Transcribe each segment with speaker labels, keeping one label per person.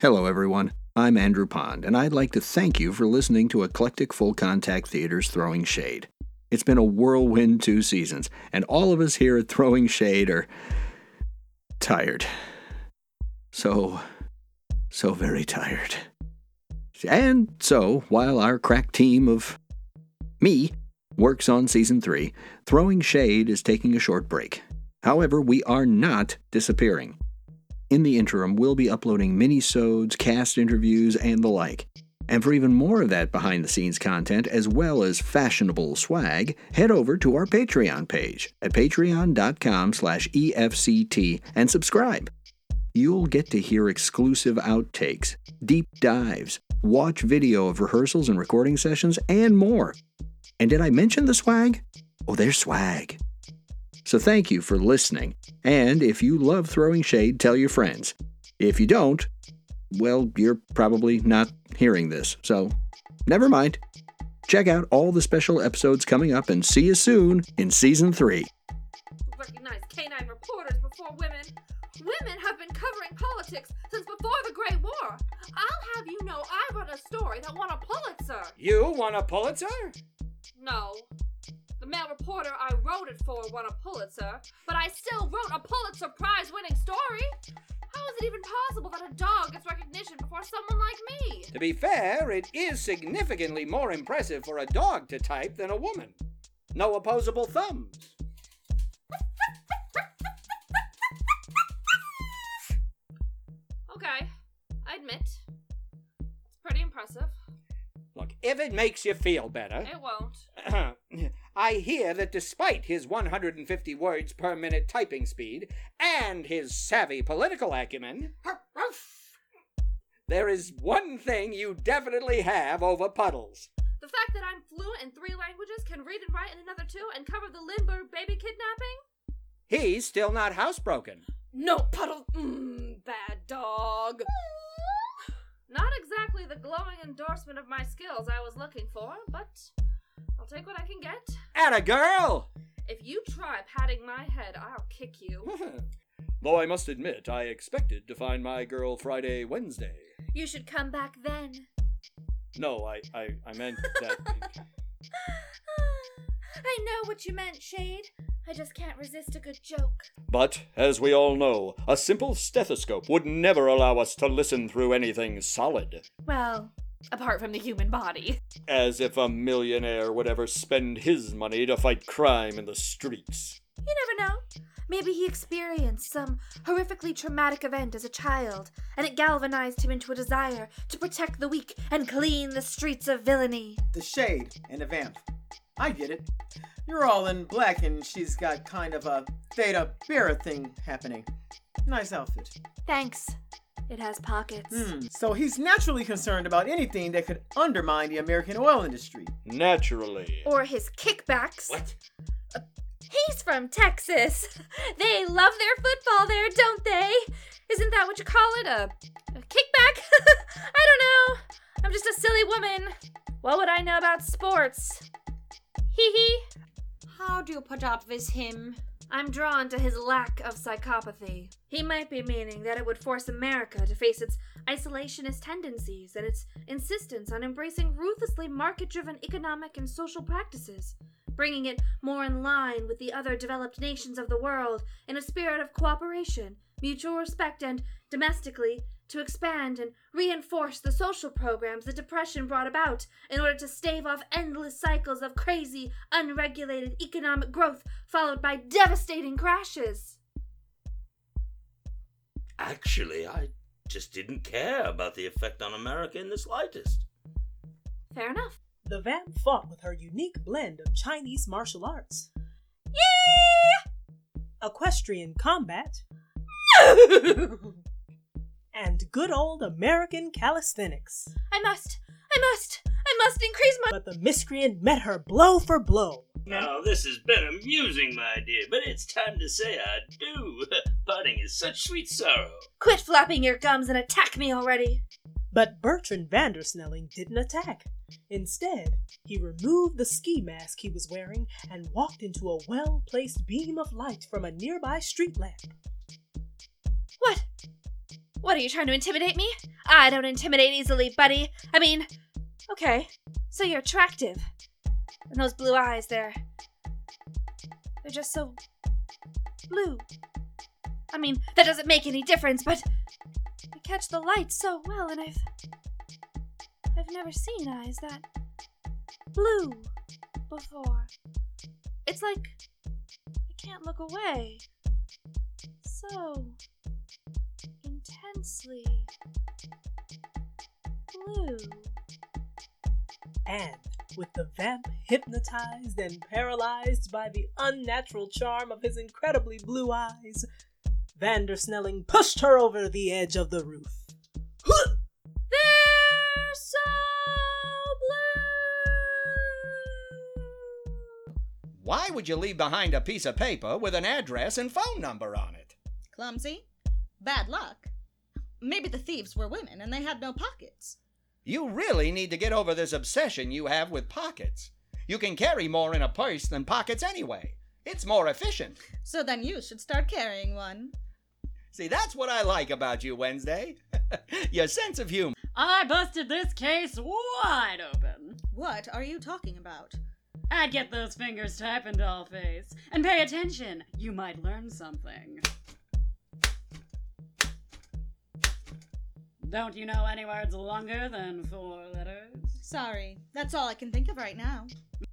Speaker 1: Hello, everyone. I'm Andrew Pond, and I'd like to thank you for listening to Eclectic Full Contact Theater's Throwing Shade. It's been a whirlwind two seasons, and all of us here at Throwing Shade are tired. So, so very tired. And so, while our crack team of me works on season three, Throwing Shade is taking a short break. However, we are not disappearing. In the interim, we'll be uploading mini-sodes, cast interviews, and the like. And for even more of that behind the scenes content, as well as fashionable swag, head over to our Patreon page at patreon.com slash E EFCT and subscribe. You'll get to hear exclusive outtakes, deep dives, watch video of rehearsals and recording sessions, and more. And did I mention the swag? Oh, there's swag. So thank you for listening. And if you love throwing shade, tell your friends. If you don't, well, you're probably not hearing this. So never mind. Check out all the special episodes coming up and see you soon in season three.
Speaker 2: who recognize canine reporters before women. Women have been covering politics since before the Great War. I'll have you know I wrote a story that won a Pulitzer.
Speaker 3: You won a Pulitzer?
Speaker 2: No. The male reporter I wrote it for won a Pulitzer, but I still wrote a Pulitzer Prize winning story. How is it even possible that a dog gets recognition before someone like me?
Speaker 3: To be fair, it is significantly more impressive for a dog to type than a woman. No opposable thumbs.
Speaker 2: Okay, I admit. It's pretty impressive.
Speaker 3: Look, if it makes you feel better,
Speaker 2: It won't.
Speaker 3: I hear that despite his 150 words per minute typing speed and his savvy political acumen, there is one thing you definitely have over puddles.
Speaker 2: The fact that I'm fluent in three languages, can read and write in another two, and cover the Lindbergh baby kidnapping?
Speaker 3: He's still not housebroken.
Speaker 2: No puddle. Mm, bad dog. Not exactly the glowing endorsement of my skills I was looking for, but I'll take what I can get.
Speaker 3: Atta girl!
Speaker 2: If you try patting my head, I'll kick you.
Speaker 3: Though I must admit, I expected to find my girl Friday, Wednesday.
Speaker 2: You should come back then.
Speaker 3: No, I, I, I meant that.
Speaker 2: I know what you meant, Shade. I just can't resist a good joke.
Speaker 3: but, as we all know, a simple stethoscope would never allow us to listen through anything solid.
Speaker 2: Well, apart from the human body.
Speaker 3: As if a millionaire would ever spend his money to fight crime in the streets.
Speaker 4: You never know. Maybe he experienced some horrifically traumatic event as a child, and it galvanized him into a desire to protect the weak and clean the streets of villainy.
Speaker 5: the shade and a vamp. I get it. You're all in black and she's got kind of a Theta Bera thing happening. Nice outfit.
Speaker 4: Thanks. It has pockets.
Speaker 5: Hmm. So he's naturally concerned about anything that could undermine the American oil industry.
Speaker 3: Naturally.
Speaker 4: Or his kickbacks. He's from Texas. They love their football there, don't they? Isn't that what you call it? A, a kickback? I don't know. I'm just a silly woman. What would I know about sports? Hee hee.
Speaker 6: How do you put up with him?
Speaker 4: I'm drawn to his lack of psychopathy. He might be meaning that it would force America to face its isolationist tendencies and its insistence on embracing ruthlessly market driven economic and social practices, bringing it more in line with the other developed nations of the world in a spirit of cooperation, mutual respect, and, domestically, to expand and reinforce the social programs the Depression brought about in order to stave off endless cycles of crazy, unregulated economic growth followed by devastating crashes.
Speaker 7: Actually, I just didn't care about the effect on America in the slightest.
Speaker 4: Fair enough.
Speaker 8: The vamp fought with her unique blend of Chinese martial arts, equestrian combat, and good old American calisthenics.
Speaker 4: I must, I must, I must increase my.
Speaker 8: But the miscreant met her blow for blow.
Speaker 7: Now, this has been amusing, my dear, but it's time to say I do. Parting is such sweet sorrow.
Speaker 4: Quit flapping your gums and attack me already.
Speaker 8: But Bertrand Vandersnelling didn't attack. Instead, he removed the ski mask he was wearing and walked into a well placed beam of light from a nearby street lamp.
Speaker 4: What? What are you trying to intimidate me? I don't intimidate easily, buddy. I mean, okay, so you're attractive. And those blue eyes there. They're just so blue. I mean, that doesn't make any difference, but I catch the light so well, and I've. I've never seen eyes that blue before. It's like I can't look away. So intensely blue.
Speaker 8: And with the vamp hypnotized and paralyzed by the unnatural charm of his incredibly blue eyes, Vandersnelling pushed her over the edge of the roof.
Speaker 4: They're so blue.
Speaker 3: Why would you leave behind a piece of paper with an address and phone number on it?
Speaker 9: Clumsy. Bad luck. Maybe the thieves were women and they had no pockets.
Speaker 3: You really need to get over this obsession you have with pockets. You can carry more in a purse than pockets anyway. It's more efficient.
Speaker 9: So then you should start carrying one.
Speaker 3: See, that's what I like about you, Wednesday. Your sense of humor.
Speaker 10: I busted this case wide open.
Speaker 9: What are you talking about?
Speaker 10: I'd get those fingers typing, dollface. And pay attention, you might learn something. Don't you know any words longer than four letters?
Speaker 9: Sorry, that's all I can think of right now.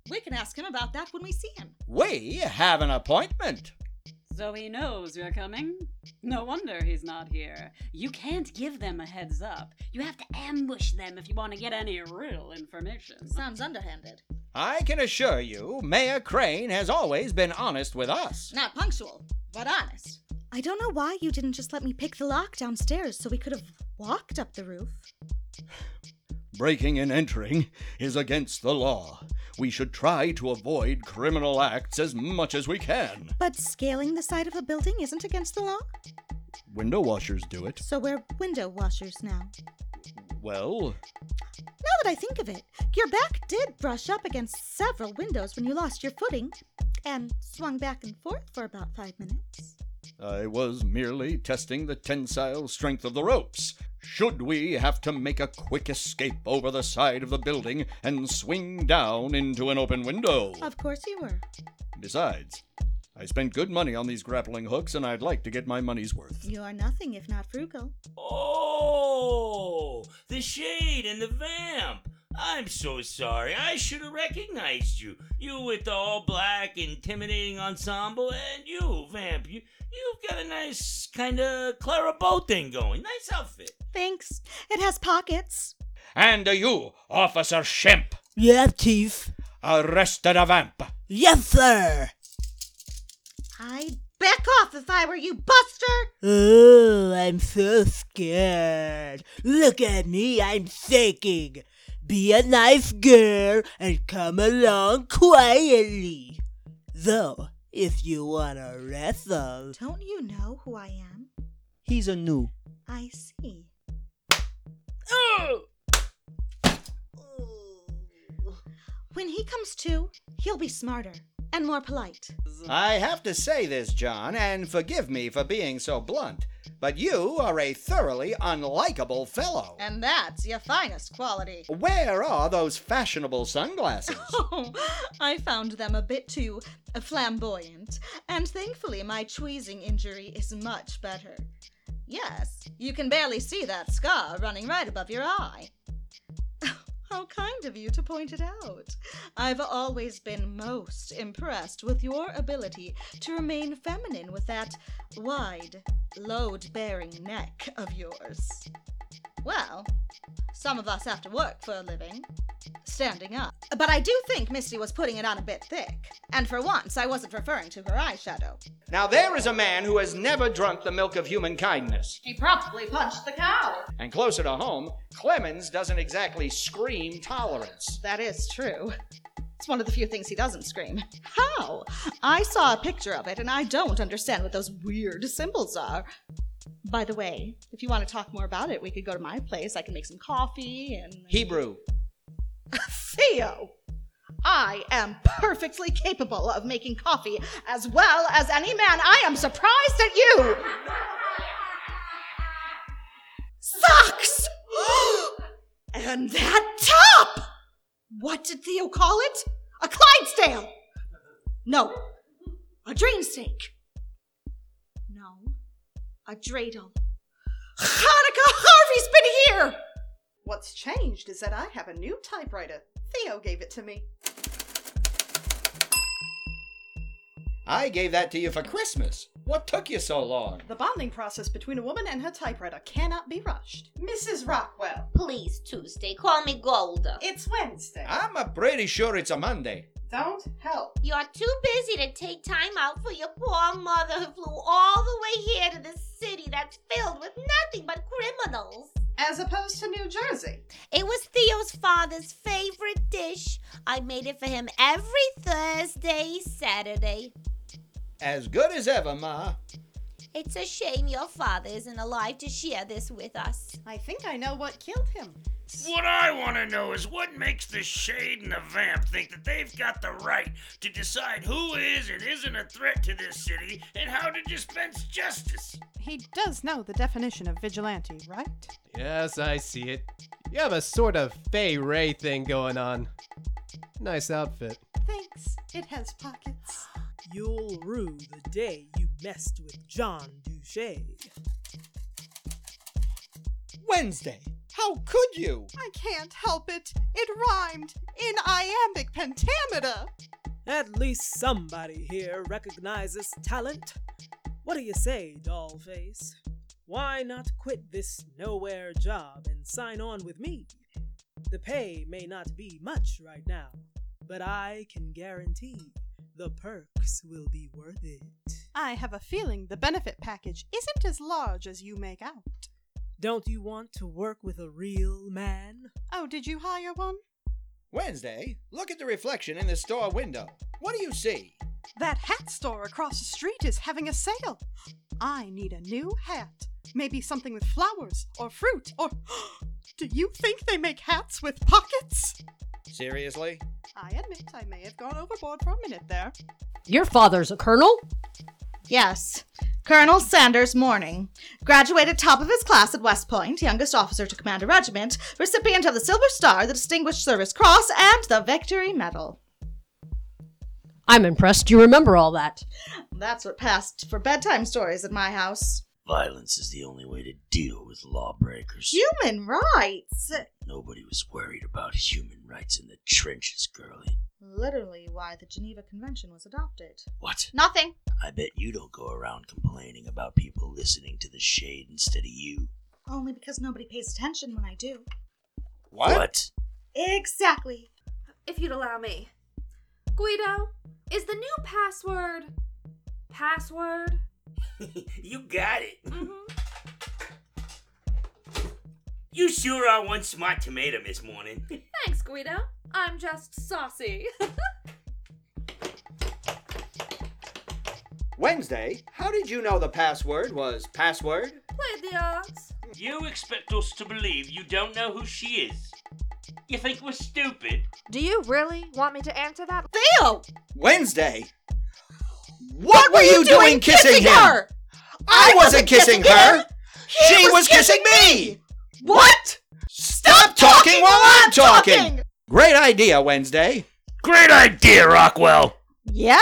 Speaker 9: We can ask him about that when we see him.
Speaker 3: We have an appointment.
Speaker 10: So he knows you're coming? No wonder he's not here. You can't give them a heads up. You have to ambush them if you want to get any real information.
Speaker 9: Sounds underhanded.
Speaker 3: I can assure you, Mayor Crane has always been honest with us.
Speaker 9: Not punctual, but honest. I don't know why you didn't just let me pick the lock downstairs so we could have walked up the roof.
Speaker 11: Breaking and entering is against the law. We should try to avoid criminal acts as much as we can.
Speaker 9: But scaling the side of a building isn't against the law?
Speaker 11: Window washers do it.
Speaker 9: So we're window washers now.
Speaker 11: Well,
Speaker 9: Now that I think of it, your back did brush up against several windows when you lost your footing and swung back and forth for about five minutes.
Speaker 11: I was merely testing the tensile strength of the ropes. Should we have to make a quick escape over the side of the building and swing down into an open window?
Speaker 9: Of course you were.
Speaker 11: Besides, I spent good money on these grappling hooks and I'd like to get my money's worth.
Speaker 9: You are nothing if not frugal.
Speaker 7: Oh, the shade and the vamp. I'm so sorry. I should have recognized you. You with the all black, intimidating ensemble, and you, vamp. You, you've got a nice kind of Clara Bow thing going. Nice outfit.
Speaker 9: Thanks. It has pockets.
Speaker 11: And you, Officer Shemp,
Speaker 12: Yeah, Chief.
Speaker 11: arrested a vamp.
Speaker 12: Yes, sir.
Speaker 9: I'd back off if I were you, Buster!
Speaker 12: Oh, I'm so scared. Look at me, I'm shaking. Be a nice girl and come along quietly. Though, if you wanna wrestle,
Speaker 9: Don't you know who I am?
Speaker 12: he's a new.
Speaker 9: I see. When he comes to, he'll be smarter and more polite.
Speaker 3: I have to say this, John, and forgive me for being so blunt, but you are a thoroughly unlikable fellow.
Speaker 9: And that's your finest quality.
Speaker 3: Where are those fashionable sunglasses?
Speaker 9: Oh, I found them a bit too flamboyant, and thankfully my tweezing injury is much better. Yes, you can barely see that scar running right above your eye. How kind of you to point it out. I've always been most impressed with your ability to remain feminine with that wide, load bearing neck of yours. Well, some of us have to work for a living, standing up. But I do think Misty was putting it on a bit thick. And for once, I wasn't referring to her eyeshadow.
Speaker 3: Now, there is a man who has never drunk the milk of human kindness.
Speaker 6: He probably punched the cow.
Speaker 3: And closer to home, Clemens doesn't exactly scream tolerance.
Speaker 9: That is true. It's one of the few things he doesn't scream. How? I saw a picture of it, and I don't understand what those weird symbols are. By the way, if you want to talk more about it, we could go to my place. I can make some coffee and.
Speaker 3: Hebrew.
Speaker 9: Theo! I am perfectly capable of making coffee as well as any man. I am surprised at you!
Speaker 13: Socks! and that top! What did Theo call it? A Clydesdale! No, a drain snake. No, a dreidel. Hanukkah Harvey's been here!
Speaker 14: What's changed is that I have a new typewriter. Theo gave it to me.
Speaker 11: I gave that to you for Christmas. What took you so long?
Speaker 14: The bonding process between a woman and her typewriter cannot be rushed. Mrs. Rockwell. Please, Tuesday. Call me Golda. It's Wednesday.
Speaker 3: Ah.
Speaker 11: I'm uh, pretty sure it's a Monday.
Speaker 14: Don't help.
Speaker 15: You're too busy to take time out for your poor mother who flew all the way here to this city that's filled with nothing but criminals.
Speaker 14: As opposed to New Jersey.
Speaker 15: It was Theo's father's favorite dish. I made it for him every Thursday, Saturday.
Speaker 11: As good as ever, Ma.
Speaker 15: It's a shame your father isn't alive to share this with us.
Speaker 14: I think I know what killed him.
Speaker 16: What I want to know is what makes the Shade and the Vamp think that they've got the right to decide who is and isn't a threat to this city and how to dispense justice.
Speaker 17: He does know the definition of vigilante, right?
Speaker 18: Yes, I see it. You have a sort of Fay Ray thing going on. Nice outfit.
Speaker 14: Thanks. It has pockets.
Speaker 8: You'll rue the day you messed with John Duché.
Speaker 11: Wednesday. How could you?
Speaker 14: I can't help it. It rhymed in iambic pentameter.
Speaker 8: At least somebody here recognizes talent. What do you say, dollface? Why not quit this nowhere job and sign on with me? The pay may not be much right now, but I can guarantee the perks will be worth it.
Speaker 17: I have a feeling the benefit package isn't as large as you make out.
Speaker 8: Don't you want to work with a real man?
Speaker 17: Oh, did you hire one?
Speaker 11: Wednesday, look at the reflection in the store window. What do you see?
Speaker 17: That hat store across the street is having a sale. I need a new hat. Maybe something with flowers or fruit or. Do you think they make hats with pockets?
Speaker 11: Seriously?
Speaker 17: I admit I may have gone overboard for a minute there.
Speaker 19: Your father's a colonel?
Speaker 9: Yes. Colonel Sanders Morning. Graduated top of his class at West Point, youngest officer to command a regiment, recipient of the Silver Star, the Distinguished Service Cross, and the Victory Medal.
Speaker 19: I'm impressed you remember all that.
Speaker 9: That's what passed for bedtime stories at my house.
Speaker 16: Violence is the only way to deal with lawbreakers.
Speaker 9: Human rights!
Speaker 16: Nobody was worried about human rights in the trenches, girlie.
Speaker 9: Literally why the Geneva Convention was adopted.
Speaker 16: What?
Speaker 9: Nothing.
Speaker 16: I bet you don't go around complaining about people listening to the shade instead of you.
Speaker 9: Only because nobody pays attention when I do.
Speaker 16: What?
Speaker 9: Exactly.
Speaker 4: If you'd allow me. Guido, is the new password. Password?
Speaker 16: you got it.
Speaker 7: Mm-hmm.
Speaker 16: You sure are one smart tomato, Miss Morning.
Speaker 4: Thanks, Guido. I'm just saucy.
Speaker 3: Wednesday, how did you know the password was password?
Speaker 4: Play the odds.
Speaker 7: You expect us to believe you don't know who she is? You think we're stupid?
Speaker 4: Do you really want me to answer that?
Speaker 9: Theo!
Speaker 3: Wednesday? What, were you doing, kissing, him?
Speaker 9: her?
Speaker 3: I, wasn't kissing her!
Speaker 9: He
Speaker 3: She
Speaker 9: was
Speaker 3: was kissing me!
Speaker 9: What?
Speaker 3: Stop talking while I'm talking! Great idea, Wednesday.
Speaker 16: Great idea, Rockwell!
Speaker 9: Yep.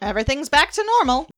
Speaker 9: Everything's back to normal.